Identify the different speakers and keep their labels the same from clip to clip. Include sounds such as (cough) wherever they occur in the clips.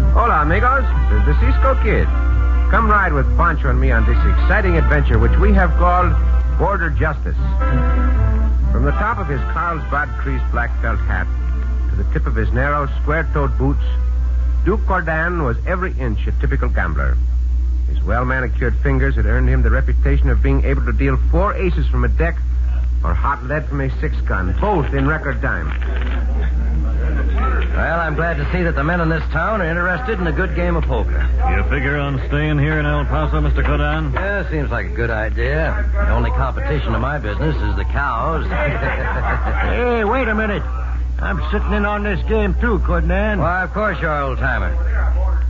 Speaker 1: amigos. This is the Cisco Kid. Come ride with Pancho and me on this exciting adventure, which we have called Border Justice. From the top of his Carlsbad Crease black felt hat to the tip of his narrow, square toed boots, Duke Cordan was every inch a typical gambler. His well manicured fingers had earned him the reputation of being able to deal four aces from a deck or hot lead from a six gun, both in record time.
Speaker 2: Well, I'm glad to see that the men in this town are interested in a good game of poker.
Speaker 3: You figure on staying here in El Paso, Mr. Codan?
Speaker 2: Yeah, seems like a good idea. The only competition in my business is the cows. (laughs)
Speaker 4: hey, wait a minute. I'm sitting in on this game too, Cordan.
Speaker 2: Why, of course you're old timer.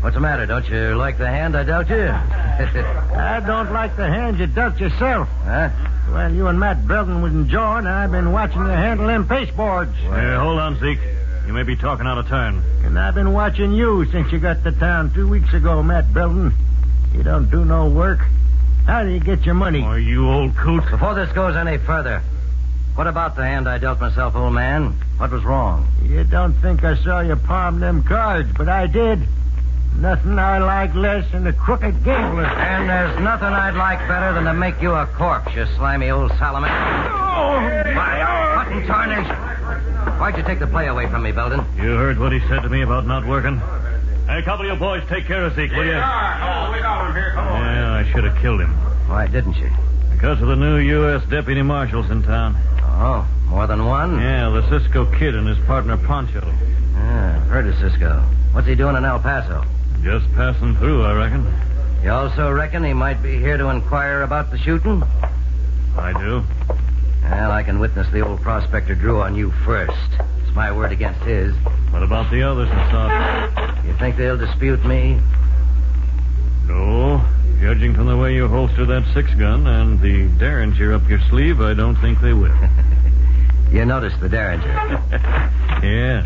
Speaker 2: What's the matter? Don't you like the hand I dealt you? (laughs)
Speaker 4: I don't like the hand you dealt yourself.
Speaker 2: Huh?
Speaker 4: Well, you and Matt Belton was enjoying, and I've been watching you handle them pasteboards.
Speaker 3: Yeah, hold on, Zeke. You may be talking out of turn.
Speaker 4: And I've been watching you since you got to town two weeks ago, Matt Belton. You don't do no work. How do you get your money?
Speaker 3: Oh, you old coot.
Speaker 2: Before this goes any further, what about the hand I dealt myself, old man? What was wrong?
Speaker 4: You don't think I saw you palm them cards, but I did. Nothing I like less than a crooked gambler.
Speaker 2: And there's nothing I'd like better than to make you a corpse, you slimy old salamander.
Speaker 4: Oh, my arm!
Speaker 2: What in tarnation? Why'd you take the play away from me, Belden?
Speaker 3: You heard what he said to me about not working? Hey, a couple of you boys, take care of Zeke, will you?
Speaker 5: Oh, we got him here. Come on.
Speaker 3: Yeah, I should have killed him.
Speaker 2: Why didn't you?
Speaker 3: Because of the new U.S. deputy marshals in town.
Speaker 2: Oh, more than
Speaker 1: Hmm.
Speaker 2: one?
Speaker 3: Yeah, the Cisco Kid and his partner Poncho.
Speaker 2: Yeah, I've heard of Cisco. What's he doing in El Paso?
Speaker 3: Just passing through, I reckon.
Speaker 2: You also reckon he might be here to inquire about the shooting?
Speaker 3: I do.
Speaker 2: Well, I can witness the old prospector drew on you first. It's my word against his.
Speaker 3: What about the others in South?
Speaker 2: You think they'll dispute me?
Speaker 3: No. Judging from the way you holster that six gun and the derringer up your sleeve, I don't think they will.
Speaker 2: You noticed the derringer.
Speaker 3: yeah.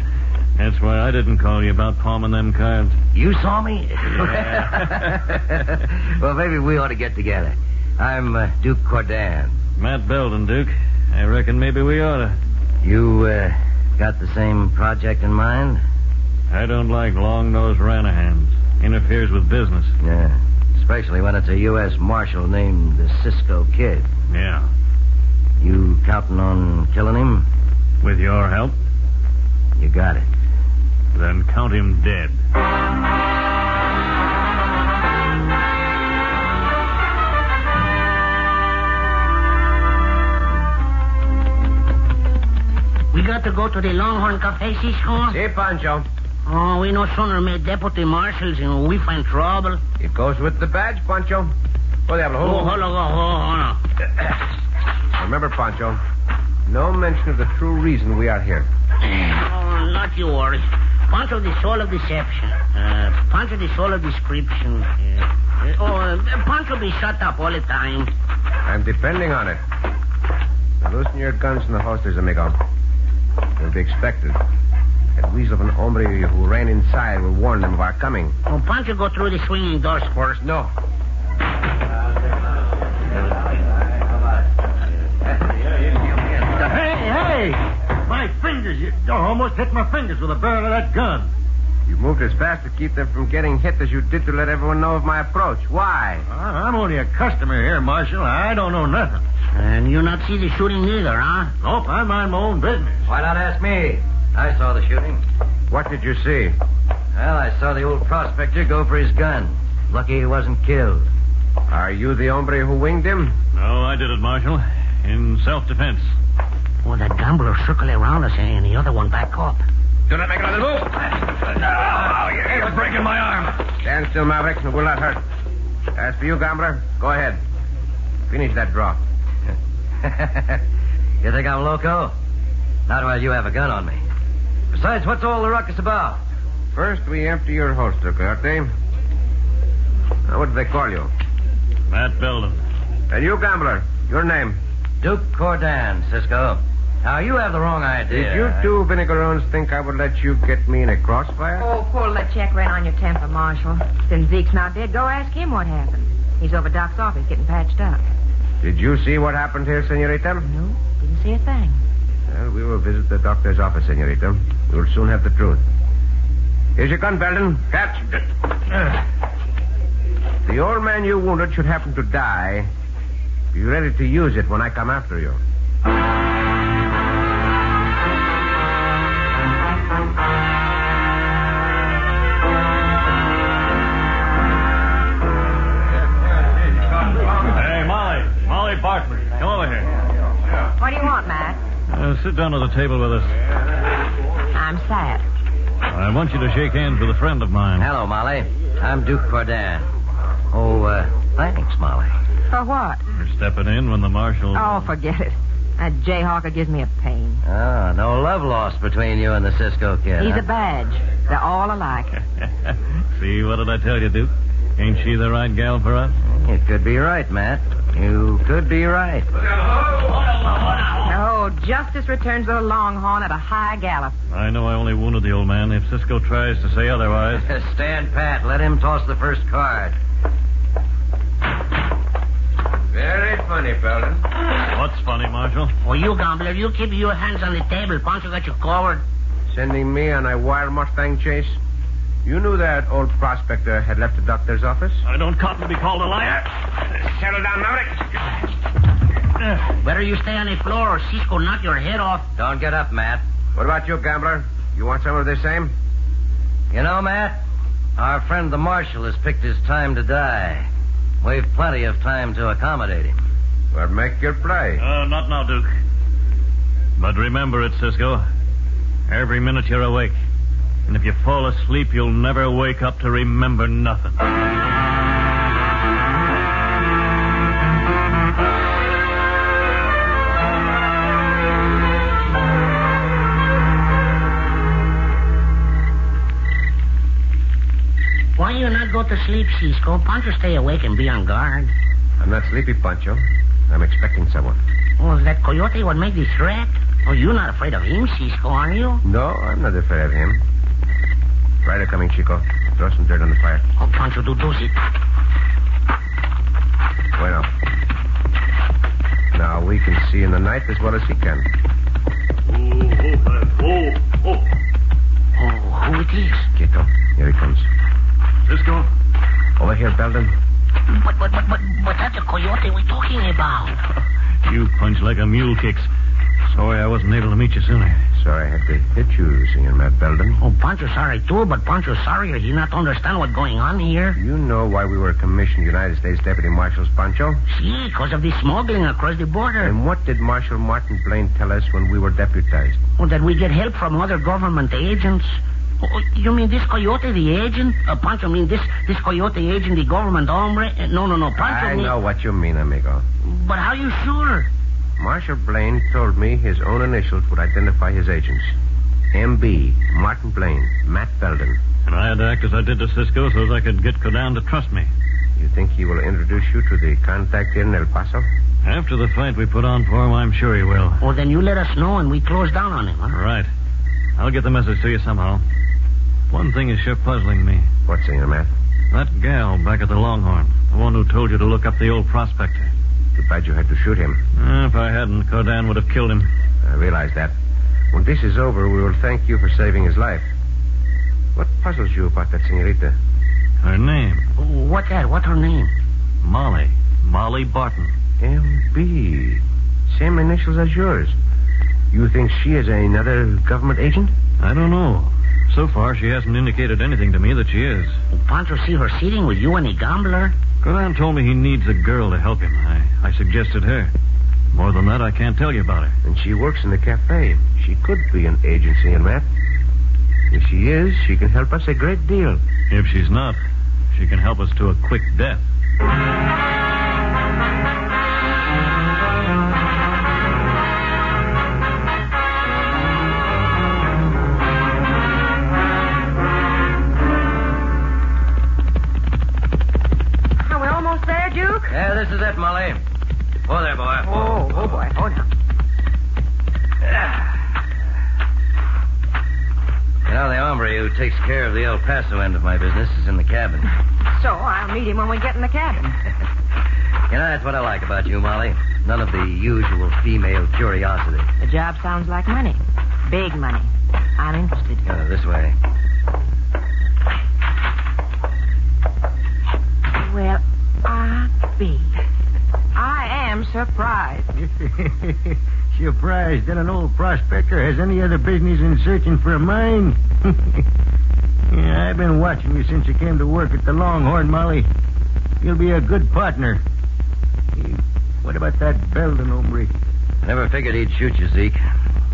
Speaker 3: That's why I didn't call you about palming them cards.
Speaker 2: You saw me?
Speaker 3: Yeah.
Speaker 2: (laughs) well, maybe we ought to get together. I'm uh, Duke Cordan.
Speaker 3: Matt Belden, Duke. I reckon maybe we ought to.
Speaker 2: You uh, got the same project in mind?
Speaker 3: I don't like long nosed Ranahans. Interferes with business.
Speaker 2: Yeah. Especially when it's a U.S. Marshal named the Cisco Kid.
Speaker 3: Yeah.
Speaker 2: You counting on killing him?
Speaker 3: With your help,
Speaker 2: You got it.
Speaker 3: then count him dead.
Speaker 6: We got to go to the Longhorn Cafe, Cisco.
Speaker 1: See, Pancho,
Speaker 6: Oh, we no sooner meet deputy marshals and we find trouble.
Speaker 1: it goes with the badge, Pancho. Well, they have a
Speaker 6: Oh,
Speaker 1: whole...
Speaker 6: hold on, oh, hold on.
Speaker 1: Remember, Pancho, no mention of the true reason we are here.
Speaker 6: Oh, not you worry. Punch of the soul of deception. Uh, punch of the soul of description. Uh, oh, uh, punch will be shut up all the time.
Speaker 1: I'm depending on it. Now loosen your guns from the holsters, amigo. You'll be expected. That weasel of an hombre who ran inside will warn them of our coming.
Speaker 6: Oh, punch will go through the swinging doors first.
Speaker 1: No.
Speaker 4: Hey, hey! My fingers! You you almost hit my fingers with the barrel of that gun.
Speaker 1: You moved as fast to keep them from getting hit as you did to let everyone know of my approach. Why?
Speaker 4: I- I'm only a customer here, Marshal. I don't know nothing.
Speaker 6: And you not see the shooting neither, huh?
Speaker 4: Nope, I mind my own business.
Speaker 2: Why not ask me? I saw the shooting.
Speaker 1: What did you see?
Speaker 2: Well, I saw the old prospector go for his gun. Lucky he wasn't killed.
Speaker 1: Are you the hombre who winged him?
Speaker 3: No, I did it, Marshal. In self defense.
Speaker 6: Well, that gambler circle around us eh, and the other one back up.
Speaker 1: Do not make another move.
Speaker 3: Oh, you're breaking my arm.
Speaker 1: Stand still, Maverick, and will not hurt. As for you, gambler, go ahead. Finish that draw.
Speaker 2: (laughs) you think I'm loco? Not while you have a gun on me. Besides, what's all the ruckus about?
Speaker 1: First, we empty your holster, Coyote. Now, what do they call you?
Speaker 3: Matt Belden.
Speaker 1: And Uh, you, gambler, your name.
Speaker 2: Duke Cordan, Cisco. Now, you have the wrong idea.
Speaker 1: Did you two vinegarones think I would let you get me in a crossfire?
Speaker 7: Oh, pull that check right on your temper, Marshal. Since Zeke's not dead, go ask him what happened. He's over Doc's office getting patched up.
Speaker 1: Did you see what happened here, senorita?
Speaker 7: Oh, No, didn't see a thing.
Speaker 1: Well, we will visit the doctor's office, senorita. We will soon have the truth. Here's your gun, Belden. Catch. Uh. The old man you wounded should happen to die. Be ready to use it when I come after you.
Speaker 3: Hey, Molly. Molly Bartman. Come over here.
Speaker 7: What do you want, Matt?
Speaker 3: Uh, sit down at the table with us.
Speaker 7: I'm sad.
Speaker 3: I want you to shake hands with a friend of mine.
Speaker 2: Hello, Molly. I'm Duke Cordin. Oh, uh, thanks, Molly.
Speaker 7: For what?
Speaker 3: For stepping in when the marshal.
Speaker 7: Oh, forget it. That Jayhawker gives me a pain.
Speaker 2: Oh, no love lost between you and the Cisco kid.
Speaker 7: He's
Speaker 2: huh?
Speaker 7: a badge. They're all alike.
Speaker 3: (laughs) See, what did I tell you, Duke? Ain't she the right gal for us?
Speaker 2: You could be right, Matt. You could be right.
Speaker 7: No, Oh, justice returns with a longhorn at a high gallop.
Speaker 3: I know I only wounded the old man. If Cisco tries to say otherwise.
Speaker 2: Stand pat. Let him toss the first card.
Speaker 1: Very funny, Belden.
Speaker 3: What's funny, Marshal?
Speaker 6: Oh, you gambler, you keep your hands on the table. Pancho got you covered.
Speaker 1: Sending me on a wild Mustang chase? You knew that old prospector had left the doctor's office?
Speaker 3: I don't cotton to be called a liar.
Speaker 1: Settle down, Maverick.
Speaker 6: Better you stay on the floor or Cisco knock your head off.
Speaker 2: Don't get up, Matt.
Speaker 1: What about you, gambler? You want some of the same?
Speaker 2: You know, Matt, our friend the Marshal has picked his time to die. We've plenty of time to accommodate him.
Speaker 1: Well, make your play.
Speaker 3: Uh, not now, Duke. But remember it, Cisco. Every minute you're awake. And if you fall asleep, you'll never wake up to remember nothing.
Speaker 6: Why you not go to sleep, Cisco? Pancho stay awake and be on guard.
Speaker 1: I'm not sleepy, Pancho. I'm expecting someone.
Speaker 6: Oh, that coyote would make the threat. Oh, you not afraid of him, Cisco, are you?
Speaker 1: No, I'm not afraid of him. Rider coming, Chico. Throw some dirt on the fire.
Speaker 6: Oh, Pancho, do do it.
Speaker 1: Bueno. Now we can see in the night as well as he can.
Speaker 6: Oh, who it is?
Speaker 1: Chico, here he comes.
Speaker 3: Cisco?
Speaker 1: Over here, Belden.
Speaker 6: But, but, but, but, but that's a coyote we're talking about.
Speaker 3: You punch like a mule kicks. Sorry I wasn't able to meet you sooner.
Speaker 1: Sorry I had to hit you, Senior Matt Belden.
Speaker 6: Oh, Pancho sorry too, but Pancho sorry he not understand what's going on here.
Speaker 1: You know why we were commissioned United States Deputy Marshals, Pancho?
Speaker 6: See, because of the smuggling across the border.
Speaker 1: And what did Marshal Martin Blaine tell us when we were deputized?
Speaker 6: Oh, that we get help from other government agents. Oh, you mean this coyote, the agent? Uh, Pancho mean this this coyote agent, the government hombre? Uh, no, no, no, Pancho.
Speaker 1: I
Speaker 6: mean-
Speaker 1: know what you mean, amigo.
Speaker 6: But how you sure?
Speaker 1: Marshal Blaine told me his own initials would identify his agents. M.B. Martin Blaine, Matt Belden.
Speaker 3: And I had to act as I did to Cisco so as I could get Codan to trust me.
Speaker 1: You think he will introduce you to the contact here in El Paso?
Speaker 3: After the fight we put on for him, I'm sure he will.
Speaker 6: Oh, then you let us know and we close down on him, huh?
Speaker 3: Right. I'll get the message to you somehow. One thing is sure puzzling me.
Speaker 1: What's in your Matt?
Speaker 3: That gal back at the Longhorn, the one who told you to look up the old prospector.
Speaker 1: Too bad you had to shoot him.
Speaker 3: Uh, if I hadn't, Codan would have killed him.
Speaker 1: I realize that. When this is over, we will thank you for saving his life. What puzzles you about that senorita?
Speaker 3: Her name,
Speaker 6: Oh, What that? What her name?
Speaker 3: Molly. Molly Barton.
Speaker 1: M.B. Same initials as yours. You think she is another government agent?
Speaker 3: I don't know. So far, she hasn't indicated anything to me that she is.
Speaker 6: Oh, Pancho see her sitting with you and a gambler.
Speaker 3: Codan told me he needs a girl to help him. I, I suggested her. More than that, I can't tell you about her.
Speaker 1: And she works in the cafe. She could be an agent, Senor Matt. If she is, she can help us a great deal.
Speaker 3: If she's not, she can help us to a quick death.
Speaker 7: Are we almost there, Duke?
Speaker 2: Yeah, this is it, Molly. Oh, there, boy.
Speaker 7: Oh, oh boy. Oh, now.
Speaker 2: You know, the hombre who takes care of the El Paso end of my business is in the cabin.
Speaker 7: So I'll meet him when we get in the cabin.
Speaker 2: You know, that's what I like about you, Molly. None of the usual female curiosity.
Speaker 7: The job sounds like money. Big money. I'm interested.
Speaker 2: Uh, this way.
Speaker 7: surprised.
Speaker 8: (laughs) Surprised that an old prospector has any other business in searching for a mine? (laughs) yeah, I've been watching you since you came to work at the Longhorn, Molly. You'll be a good partner. Hey, What about that Belden, Omri?
Speaker 1: I never figured he'd shoot you, Zeke.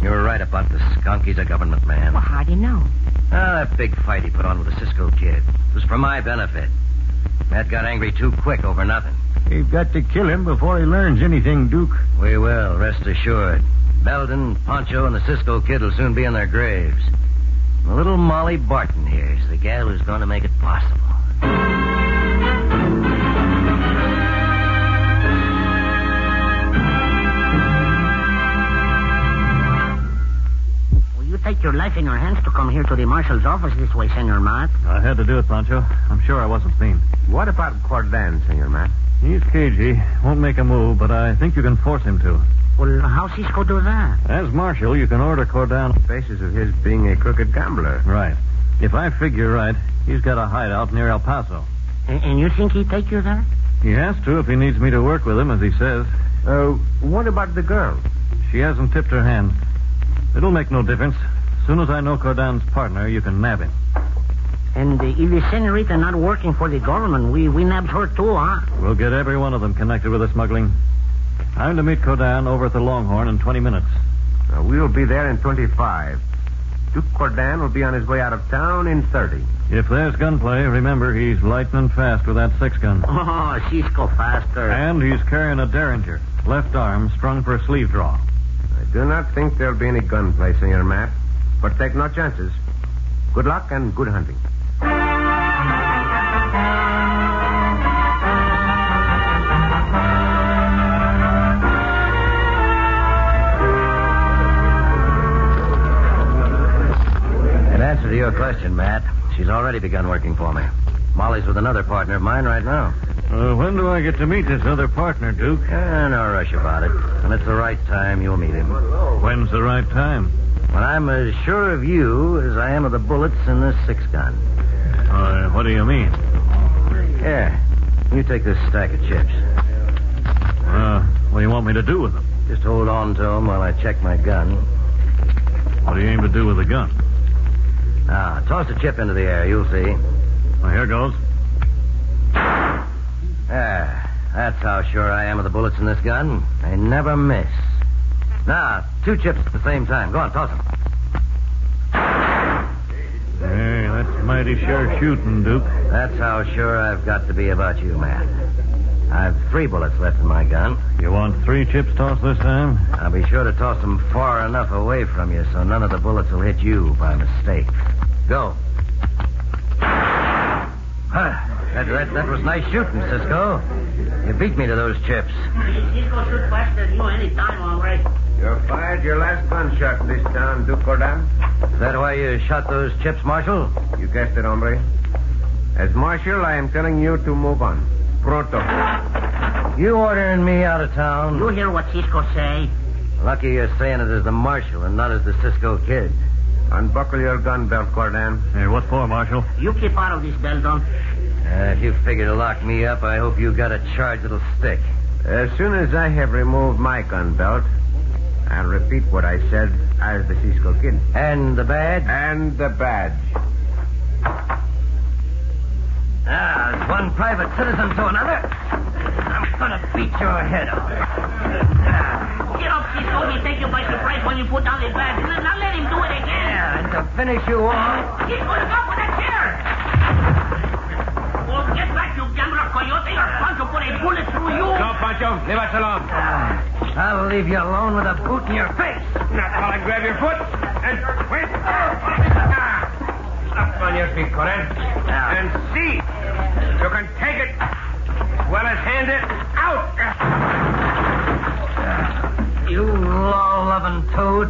Speaker 1: You were right about the skunk. He's a government man.
Speaker 7: Well, how do you know?
Speaker 1: Ah, that big fight he put on with the Cisco kid It was for my benefit. Matt got angry too quick over nothing.
Speaker 8: We've got to kill him before he learns anything, Duke.
Speaker 1: We will, rest assured. Belden, Poncho, and the Cisco kid will soon be in their graves. And the little Molly Barton here is the gal who's going to make it possible.
Speaker 6: Will you take your life in your hands to come here to the marshal's office this way, Senor Matt?
Speaker 3: I had to do it, Pancho. I'm sure I wasn't mean.
Speaker 9: What about Cordan, Senor Matt?
Speaker 3: He's cagey. Won't make a move, but I think you can force him to.
Speaker 6: Well, how Cisco do that?
Speaker 3: As marshal, you can order Cordan.
Speaker 9: Basis of his being a crooked gambler.
Speaker 3: Right. If I figure right, he's got a hideout near El Paso.
Speaker 6: And, and you think he take you there?
Speaker 3: He has to if he needs me to work with him, as he says.
Speaker 9: Uh, what about the girl?
Speaker 3: She hasn't tipped her hand. It'll make no difference. Soon as I know Cordan's partner, you can nab him.
Speaker 6: And uh, if the senorita not working for the government, we, we nabbed her too, huh?
Speaker 3: We'll get every one of them connected with the smuggling. I'm to meet Cordan over at the Longhorn in 20 minutes.
Speaker 9: Uh, we'll be there in 25. Duke Cordan will be on his way out of town in
Speaker 1: (laughs)
Speaker 9: 30.
Speaker 3: If there's gunplay, remember he's lightning fast with that six gun.
Speaker 6: Oh, Cisco faster.
Speaker 3: And he's carrying a derringer, left arm strung for a sleeve draw.
Speaker 9: I do not think there'll be any gunplay, Senor Matt. But take no chances. Good luck and good hunting.
Speaker 1: In answer to your question, Matt, she's already begun working for me. Molly's with another partner of mine right now.
Speaker 3: Uh, when do I get to meet this other partner, Duke?
Speaker 1: Eh, no rush about it. When it's the right time, you'll meet him.
Speaker 3: When's the right time?
Speaker 1: When I'm as sure of you as I am of the bullets in this six gun.
Speaker 3: Uh, what do you mean?
Speaker 1: Here, you take this stack of chips.
Speaker 3: Uh, what do you want me to do with them?
Speaker 1: Just hold on to 'em while I check my gun.
Speaker 3: What do you aim to do with the gun?
Speaker 1: Now, Ah, toss a chip into the air. You'll see.
Speaker 3: Well, here goes.
Speaker 1: There. Ah, That's how sure I am of the bullets in this gun. They never miss. Now, two chips at the same time. Go on, toss 'em.
Speaker 3: Hey, that's mighty sure shooting, Duke.
Speaker 1: That's how sure I've got to be about you, Matt. I've three bullets left in my gun.
Speaker 3: You want three chips tossed this time?
Speaker 1: I'll be sure to toss them far enough away from you so none of the bullets will hit you by mistake. Go. Huh. That, that, that was nice shooting, Cisco. You beat me to those chips.
Speaker 6: Cisco shoot faster than you any time, hombre.
Speaker 9: You're fired your last gunshot in this town, Duke Cordan.
Speaker 1: Is that why you shot those chips, Marshal?
Speaker 9: You guessed it, hombre. As marshal, I am telling you to move on. Pronto.
Speaker 1: You ordering me out of town?
Speaker 6: You hear what Cisco say?
Speaker 1: Lucky you're saying it as the Marshal and not as the Cisco kid.
Speaker 9: Unbuckle your gun belt, Cordan.
Speaker 3: Hey, what for, Marshal?
Speaker 6: You keep out of this, Beldon.
Speaker 1: Uh, if you figure to lock me up, I hope you got a charge that'll stick.
Speaker 9: As soon as I have removed my gun belt, I'll repeat what I said as the Cisco Kid.
Speaker 1: And the badge?
Speaker 9: And the badge.
Speaker 1: Ah, as one private citizen to another, I'm gonna beat your head off. Ah,
Speaker 6: Get up, Cisco. He take you by surprise when you put down the bag. Now, now let him do it again.
Speaker 1: yeah, and to finish you off,
Speaker 6: Cisco, look up with that chair. Well, get back, you gambler coyote, or Pancho put a bullet through you.
Speaker 5: Pancho. Leave us alone.
Speaker 1: ah, I'll leave you alone with a boot in your face.
Speaker 5: Now, while I grab your foot and wait. Ah. Up on your feet, Corin.
Speaker 1: Yeah.
Speaker 5: And see. You can take it as well as hand it out.
Speaker 1: You law-loving toad.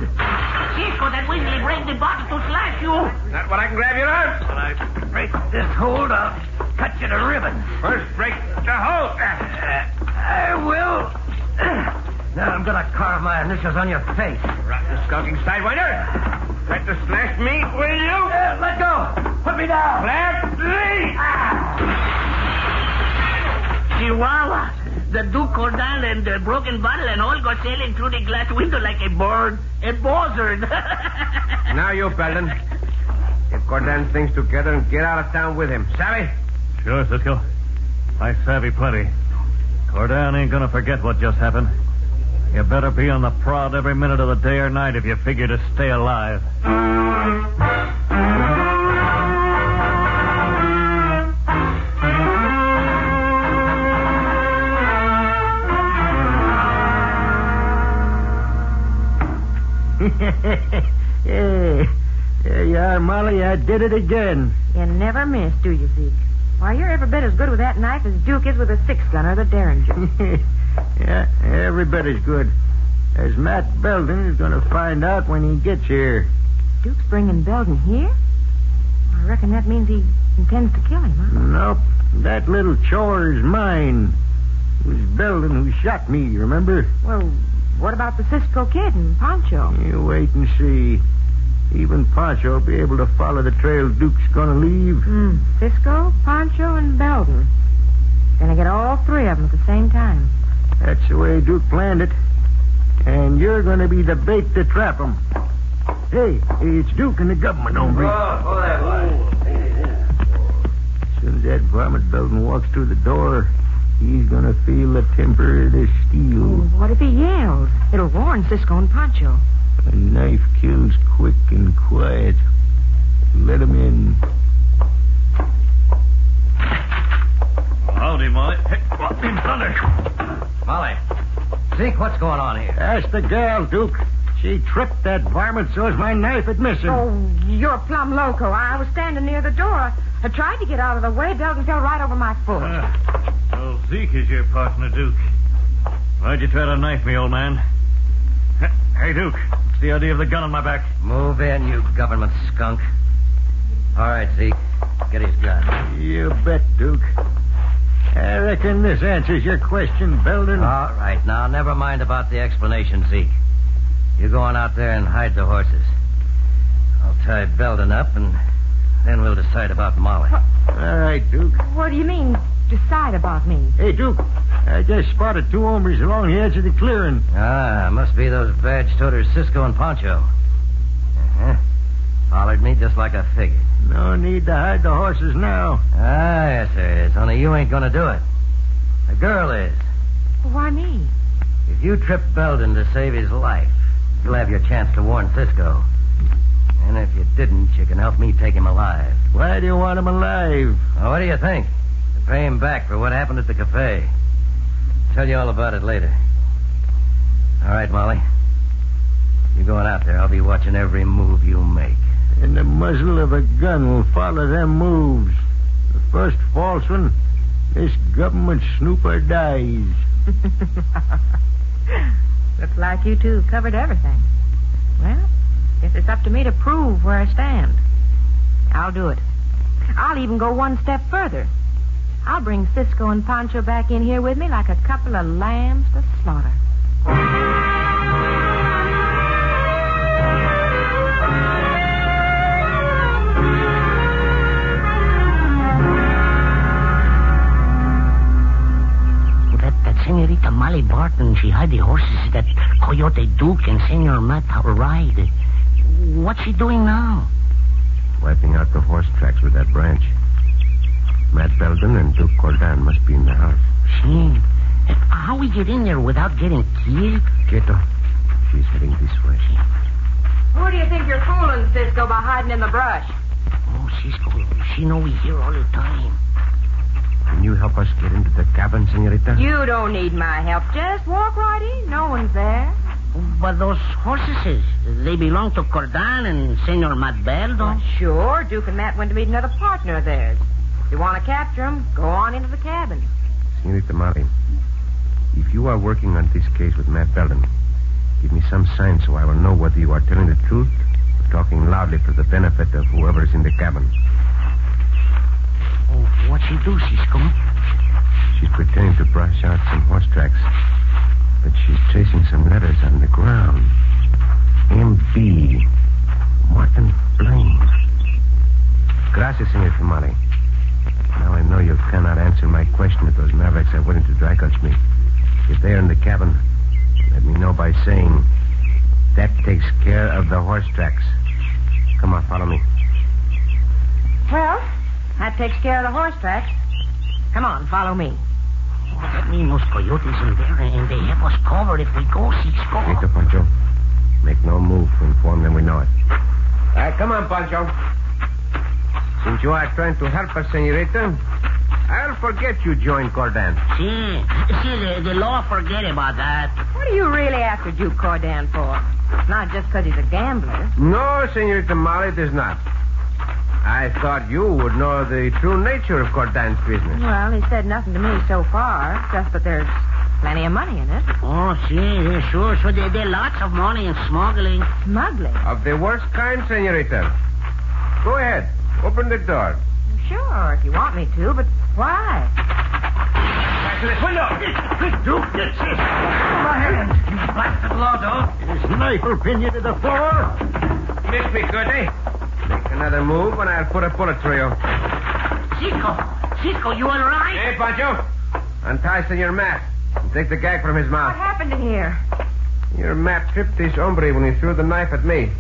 Speaker 6: Cisco, that weasley break the body to slash you.
Speaker 5: Not while I can grab your arms. When I
Speaker 1: Break this hold, I'll cut you to ribbons.
Speaker 5: first break the hold. Ah.
Speaker 1: I will. Now I'm gonna carve my initials on your face.
Speaker 5: Rotten skulking sidewinder. Try to slash me, will you?
Speaker 1: Uh, let go. Put me down.
Speaker 5: Let me.
Speaker 6: Ah. Chihuahua. The Duke Cordal and the broken bottle and all go sailing through the glass window like a bird, a buzzard. (laughs)
Speaker 1: Now you, Belden. Get Gordon's things together and get out of town with him. Savvy?
Speaker 3: Sure, Cisco. I savvy plenty. Cordan ain't gonna forget what just happened. You better be on the prod every minute of the day or night if you figure to stay alive.
Speaker 4: hey, there you are, Molly. I did it again.
Speaker 7: You never miss, do you, Zeke? Why, you're every bit as good with that knife as Duke is with a six gun or the (laughs) Derringer.
Speaker 4: yeah, every bit as good. As Matt Belden is going to find out when he gets here.
Speaker 7: Duke's bringing Belden here? I reckon that means he intends to kill him, huh?
Speaker 4: Nope, that little chore is mine. It was Belden who shot me, you remember?
Speaker 7: Well, what about the Cisco Kid and Poncho?
Speaker 4: You wait and see. Even Pancho will be able to follow the trail Duke's going to leave.
Speaker 7: Hmm. Cisco, Poncho, and Belden. Gonna get all three of them at the same time.
Speaker 4: That's the way Duke planned it. And you're going to be the bait to trap him. Hey, it's Duke and the government, hombre.
Speaker 1: (laughs)
Speaker 4: As soon as that varmint Belden walks through the door, he's going to feel the temper of the steel.
Speaker 7: What if he yells? It'll warn Cisco and Poncho.
Speaker 4: A knife kills quick and quiet. Let him in.
Speaker 3: Howdy, Molly. Hey, what in thunder?
Speaker 2: Molly. Zeke, what's going on here?
Speaker 4: That's the girl, Duke. She tripped that varmint so as my knife would miss him.
Speaker 7: Oh, you're plumb loco. I was standing near the door. I tried to get out of the way. Belden fell right over my foot.
Speaker 3: Uh, well, Zeke is your partner, Duke. Why'd you try to knife me, old man? Hey, Hey, Duke. What's the idea of the gun on my back?
Speaker 2: Move in, you government skunk. All right, Zeke. Get his gun.
Speaker 4: You bet, Duke. I reckon this answers your question, Belden.
Speaker 2: All right, now, never mind about the explanation, Zeke. You go on out there and hide the horses. I'll tie Belden up, and then we'll decide about Molly.
Speaker 4: All right, Duke.
Speaker 7: What do you mean, decide about me?
Speaker 4: Hey, Duke. I just spotted two hombres along the edge of the clearing.
Speaker 2: Ah, must be those badge toters Cisco and Poncho. Uh-huh. Hollered me just like I figured.
Speaker 4: No need to hide the horses now.
Speaker 2: Ah, yes, there is. Only you ain't gonna do it. The girl is.
Speaker 7: Why me? (laughs)
Speaker 2: If you trip Belden to save his life, you'll have your chance to warn Cisco. And if you didn't, you can help me take him alive.
Speaker 4: Why do you want him alive?
Speaker 2: Now, what do you think? To pay him back for what happened at the cafe. Tell you all about it later. All right, Molly. You going out there? I'll be watching every move you make.
Speaker 4: And the muzzle of a gun will follow them moves. The first false one, this government snooper dies.
Speaker 7: Looks like you two covered everything. Well, guess it's up to me to prove where I stand. I'll do it. I'll even go one step further. I'll bring Cisco and Pancho back in here with me like a couple of lambs to slaughter.
Speaker 6: That, that Senorita Molly Barton, she hide the horses that Coyote Duke and Senor Matt ride. What's she doing now?
Speaker 1: Wiping out the horse tracks with that branch. Matt Belden and Duke Cordan must be in the house.
Speaker 6: She. How we get in there without getting killed?
Speaker 1: Quieto. She's heading this way.
Speaker 7: Who do you think you're fooling, Cisco, by hiding in the brush?
Speaker 6: Oh, Cisco, she know we here all the time.
Speaker 1: Can you help us get into the cabin, senorita?
Speaker 7: You don't need my help. Just walk right in. No one's there.
Speaker 6: But those horses, they belong to Cordan and Senor Matt Beldo.
Speaker 7: Sure, Duke and Matt went to meet another partner of theirs. If you want to capture him, go on into the cabin.
Speaker 1: Senorita Molly, if you are working on this case with Matt Belden, give me some sign so I will know whether you are telling the truth or talking loudly for the benefit of whoever is in the cabin.
Speaker 6: Oh, what she do, Cisco?
Speaker 1: She's pretending to brush out some horse tracks, but she's tracing some letters on the ground. M.B. Martin Blaine. Gracias, Senorita Molly. Now I know you cannot answer my question if those mavericks are willing to dry gulch me. Get there in the cabin. Let me know by saying, that takes care of the horse tracks. Come on, follow me.
Speaker 7: Well, that takes care of the horse tracks. Come on, follow me.
Speaker 6: Oh, that means those coyotes in there, and they have us covered if we go six
Speaker 1: Take
Speaker 6: go.
Speaker 1: it, Pancho. Make no move to inform them we know it. All right, come on, Pancho. Since you are trying to help us, senorita, I'll forget you joined Cordan.
Speaker 6: See, see, the, the law forget about that.
Speaker 7: What are you really after Duke Cordan for? Not just because he's a gambler.
Speaker 1: No, senorita Molly, it is not. I thought you would know the true nature of Cordan's business.
Speaker 7: Well, he said nothing to me so far, just that there's plenty of money in it.
Speaker 6: Oh, see, yeah, sure, sure. There, there lots of money in smuggling.
Speaker 7: Smuggling.
Speaker 1: Of the worst kind, senorita. Go ahead. Open the door.
Speaker 7: Sure, if you want me to, but why?
Speaker 5: Back to this window. Quick, Duke. Yes, yes. My hands. You blasted
Speaker 1: oh.
Speaker 5: lodo.
Speaker 4: This knife will pin you to the floor.
Speaker 5: Miss me, Gertie.
Speaker 1: Make another move, and I'll put a bullet through you.
Speaker 6: Chico, Chico, you all right?
Speaker 1: Hey, Pancho. Untie Senor Matt. and Take the gag from his
Speaker 7: What
Speaker 1: mouth.
Speaker 7: happened in here?
Speaker 1: Your Matt tripped this hombre when he threw the knife at me.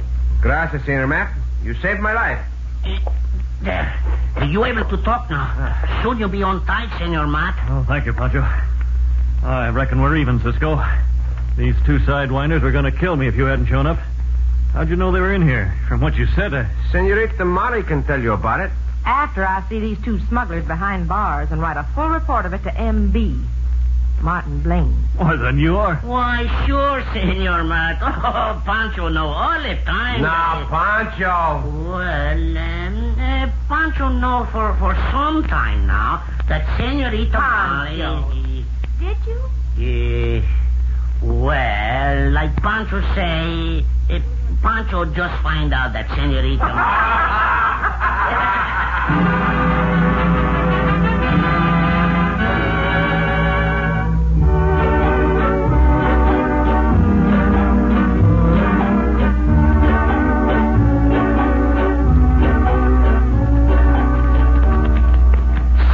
Speaker 1: Gracias, Senor Matt. You saved my life.
Speaker 6: Eh, There. Are you able to talk now? Soon you'll be on tight, Senor Matt.
Speaker 3: Oh, thank you, Pancho. I reckon we're even, Cisco. These two sidewinders were going to kill me if you hadn't shown up. How'd you know they were in here? From what you said, uh, I...
Speaker 1: Senorita Molly can tell you about it.
Speaker 7: After I see these two smugglers behind bars and write a full report of it to MB. Martin Blaine.
Speaker 3: More than you are.
Speaker 6: Why, sure, Senor Matt. (laughs) Oh, Pancho know all the time.
Speaker 1: Now, Pancho.
Speaker 6: Well, um, uh, Pancho know for, for some time now that Senorita
Speaker 7: Pancho.
Speaker 6: Molly.
Speaker 7: Did you?
Speaker 6: Eh, well, like Pancho say, eh, Pancho just find out that Senorita Molly.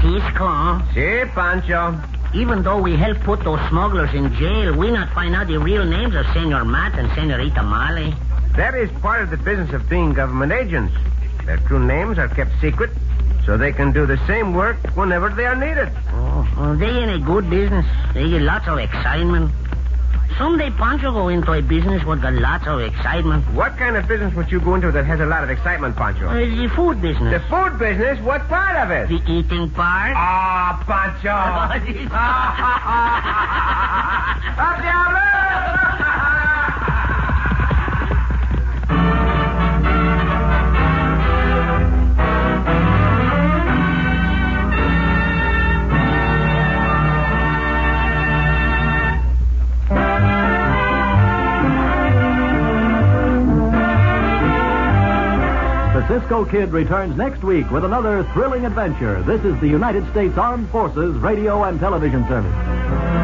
Speaker 6: Cisco, huh?
Speaker 1: See, Pancho.
Speaker 6: Even though we help put those smugglers in jail, we not find out the real names of Senor Matt and Senorita Molly.
Speaker 1: That is part of the business of being government agents. Their true names are kept secret, so they can do the same work whenever they are needed.
Speaker 6: Oh, well, they in a good business. They get lots of excitement. Someday Pancho go into a business with got lots of excitement.
Speaker 1: What kind of business would you go into that has a lot of excitement,
Speaker 6: Uh,
Speaker 1: Pancho?
Speaker 6: the food
Speaker 1: The
Speaker 6: business.
Speaker 1: food business? What part of it?
Speaker 6: (laughs) The eating part.
Speaker 1: Ah, Pancho. (laughs) Up, Diablo!
Speaker 10: The Cisco Kid returns next week with another thrilling adventure. This is the United States Armed Forces Radio and Television Service.